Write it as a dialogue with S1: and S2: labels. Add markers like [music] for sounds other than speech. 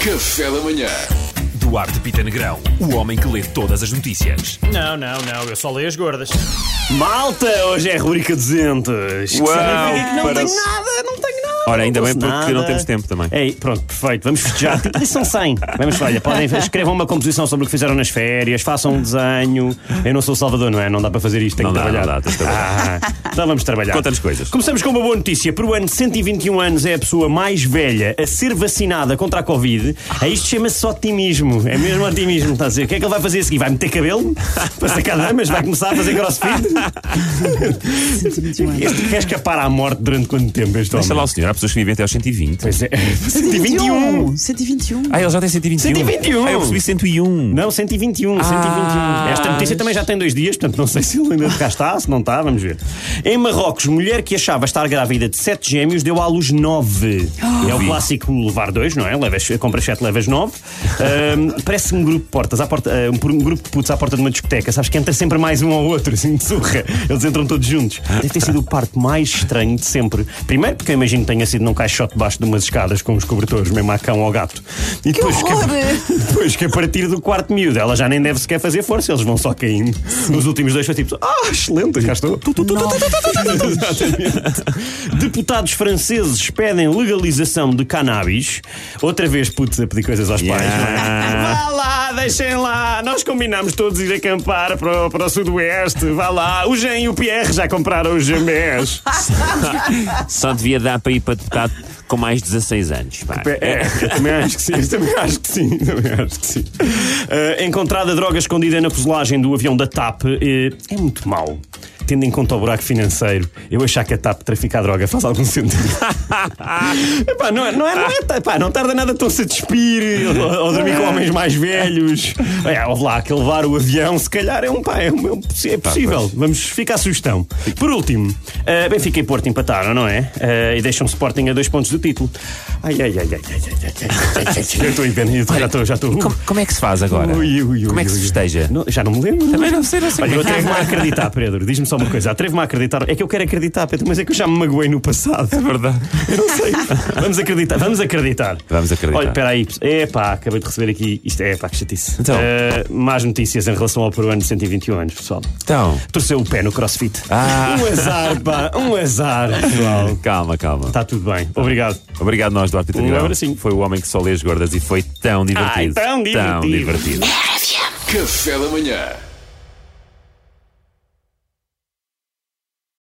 S1: Café da Manhã.
S2: Duarte Pita Negrão, o homem que lê todas as notícias.
S3: Não, não, não, eu só leio as gordas.
S4: Malta, hoje é Rúrica 200.
S5: Uau,
S4: não
S5: parece-
S4: tenho nada, não tenho nada.
S5: Ora, ainda bem
S4: trouxe
S5: porque
S4: nada.
S5: não temos tempo também.
S4: Ei, pronto, perfeito, vamos festejar. Tipo, são 100. Vamos, olha, podem, escrevam uma composição sobre o que fizeram nas férias, façam um desenho. Eu não sou Salvador, não é? Não dá para fazer isto,
S5: Não
S4: tenho que
S5: dá,
S4: trabalhar.
S5: não dá, tens de
S4: trabalhar. Ah, então vamos trabalhar.
S5: Conta-nos coisas.
S4: Começamos com uma boa notícia. Por um ano, 121 anos é a pessoa mais velha a ser vacinada contra a Covid. A isto chama-se otimismo. É mesmo otimismo, está a dizer. O que é que ele vai fazer a seguir? Vai meter cabelo? Para sacar damas? Vai começar a fazer crossfit? este quer escapar à morte durante quanto tempo este
S5: Deixa lá
S4: homem?
S5: o senhor, há pessoas que vivem até aos 120.
S4: Pois é. 121!
S6: 121.
S5: Ah, ele já tem 121.
S4: 121.
S5: Ah, eu percebi 101.
S4: Não, 121, 121.
S5: Ah.
S4: Esta notícia também já tem dois dias, portanto não sei se ele ainda cá está, se não está, vamos ver. Em Marrocos, mulher que achava estar grávida de sete gêmeos deu à luz nove. É o
S5: Ah. vi.
S4: clássico levar dois, não é? Levas, compras sete, levas nove. Ahm, parece um grupo de portas, à porta, ah, um, um grupo de putos à porta de uma discoteca, sabes que entra sempre mais um ao outro, assim de surra. Eles entram todos juntos.
S5: Ah.
S4: Deve ter sido o parto mais estranho de sempre. Primeiro, porque eu imagino que tenha sido num caixote debaixo de umas escadas com os cobertores, mesmo a cão ou ao gato. E depois que-
S6: horror!
S4: Pois que a partir do quarto miúdo ela já nem deve sequer fazer força, eles vão só caindo. Os últimos dois foi tipo, ah, excelente, cá estou. Tu, tu, tu, tu, tu, tu, tu, tu, tu. Exatamente. Deputados franceses pedem legalização de cannabis. Outra vez, putz, a pedir coisas aos pais.
S5: Yeah.
S4: não é? Vá lá, deixem lá. Nós combinámos todos ir acampar para o, para o Sudoeste. Vá lá. O Jean e o Pierre já compraram os jamés.
S5: Só devia dar para ir para deputado com mais 16 anos. pá.
S4: É, eu também acho que sim, [laughs] eu também acho que sim, também acho que sim. Ah, encontrada droga escondida na fuselagem do avião da TAP eh, é muito mau. Tendo em conta o buraco financeiro, eu achar que a TAP traficar droga faz algum [laughs] sentido. Epá, não, é- não, é, não, é, epá, não tarda nada tão-se a despir ou, ou dormir com
S5: É.
S4: homens mais velhos. É, houve lá que levar o avião, se calhar é um pá, é, um- é um-
S5: Ah,
S4: é possível. Vamos, fica a sugestão. Por último, ah, Benfica e Porto empataram, não é? Ah, e deixam Sporting a dois pontos do título. Ai, ai, ai, ai, ai, ai, ai, ai, ai, ai, ai. Eu estou em pena, eu já estou, já estou.
S5: Como, como é que se faz agora?
S4: Ui, ui, ui,
S5: como é que se
S4: ui.
S5: festeja?
S4: Não, já não me lembro.
S5: Também não sei, não sei.
S4: Olha, eu
S5: como é que
S4: atrevo-me a
S5: se faz.
S4: acreditar, Pedro. Diz-me só uma coisa. Atrevo-me a acreditar. É que eu quero acreditar, Pedro, mas é que eu já me magoei no passado.
S5: É verdade.
S4: Eu não sei. Vamos acreditar, vamos acreditar.
S5: Vamos acreditar.
S4: Olha, espera aí. Epá, acabei de receber aqui. Isto é, pá, que chatice.
S5: Então.
S4: Eh, más notícias em relação ao peruano de 121 anos, pessoal.
S5: Então,
S4: Torceu o pé no crossfit.
S5: Ah.
S4: Um azar, pá.
S5: [laughs]
S4: Um azar, pessoal.
S5: calma, calma.
S4: Está tudo bem. Obrigado.
S5: Obrigado nós, Duarte Pita
S4: Um
S5: Negrão.
S4: abracinho.
S5: Foi o homem que só lê as gordas e foi tão divertido.
S4: Ai, tão
S5: Tão
S4: divertido.
S5: divertido.
S1: Café da Manhã.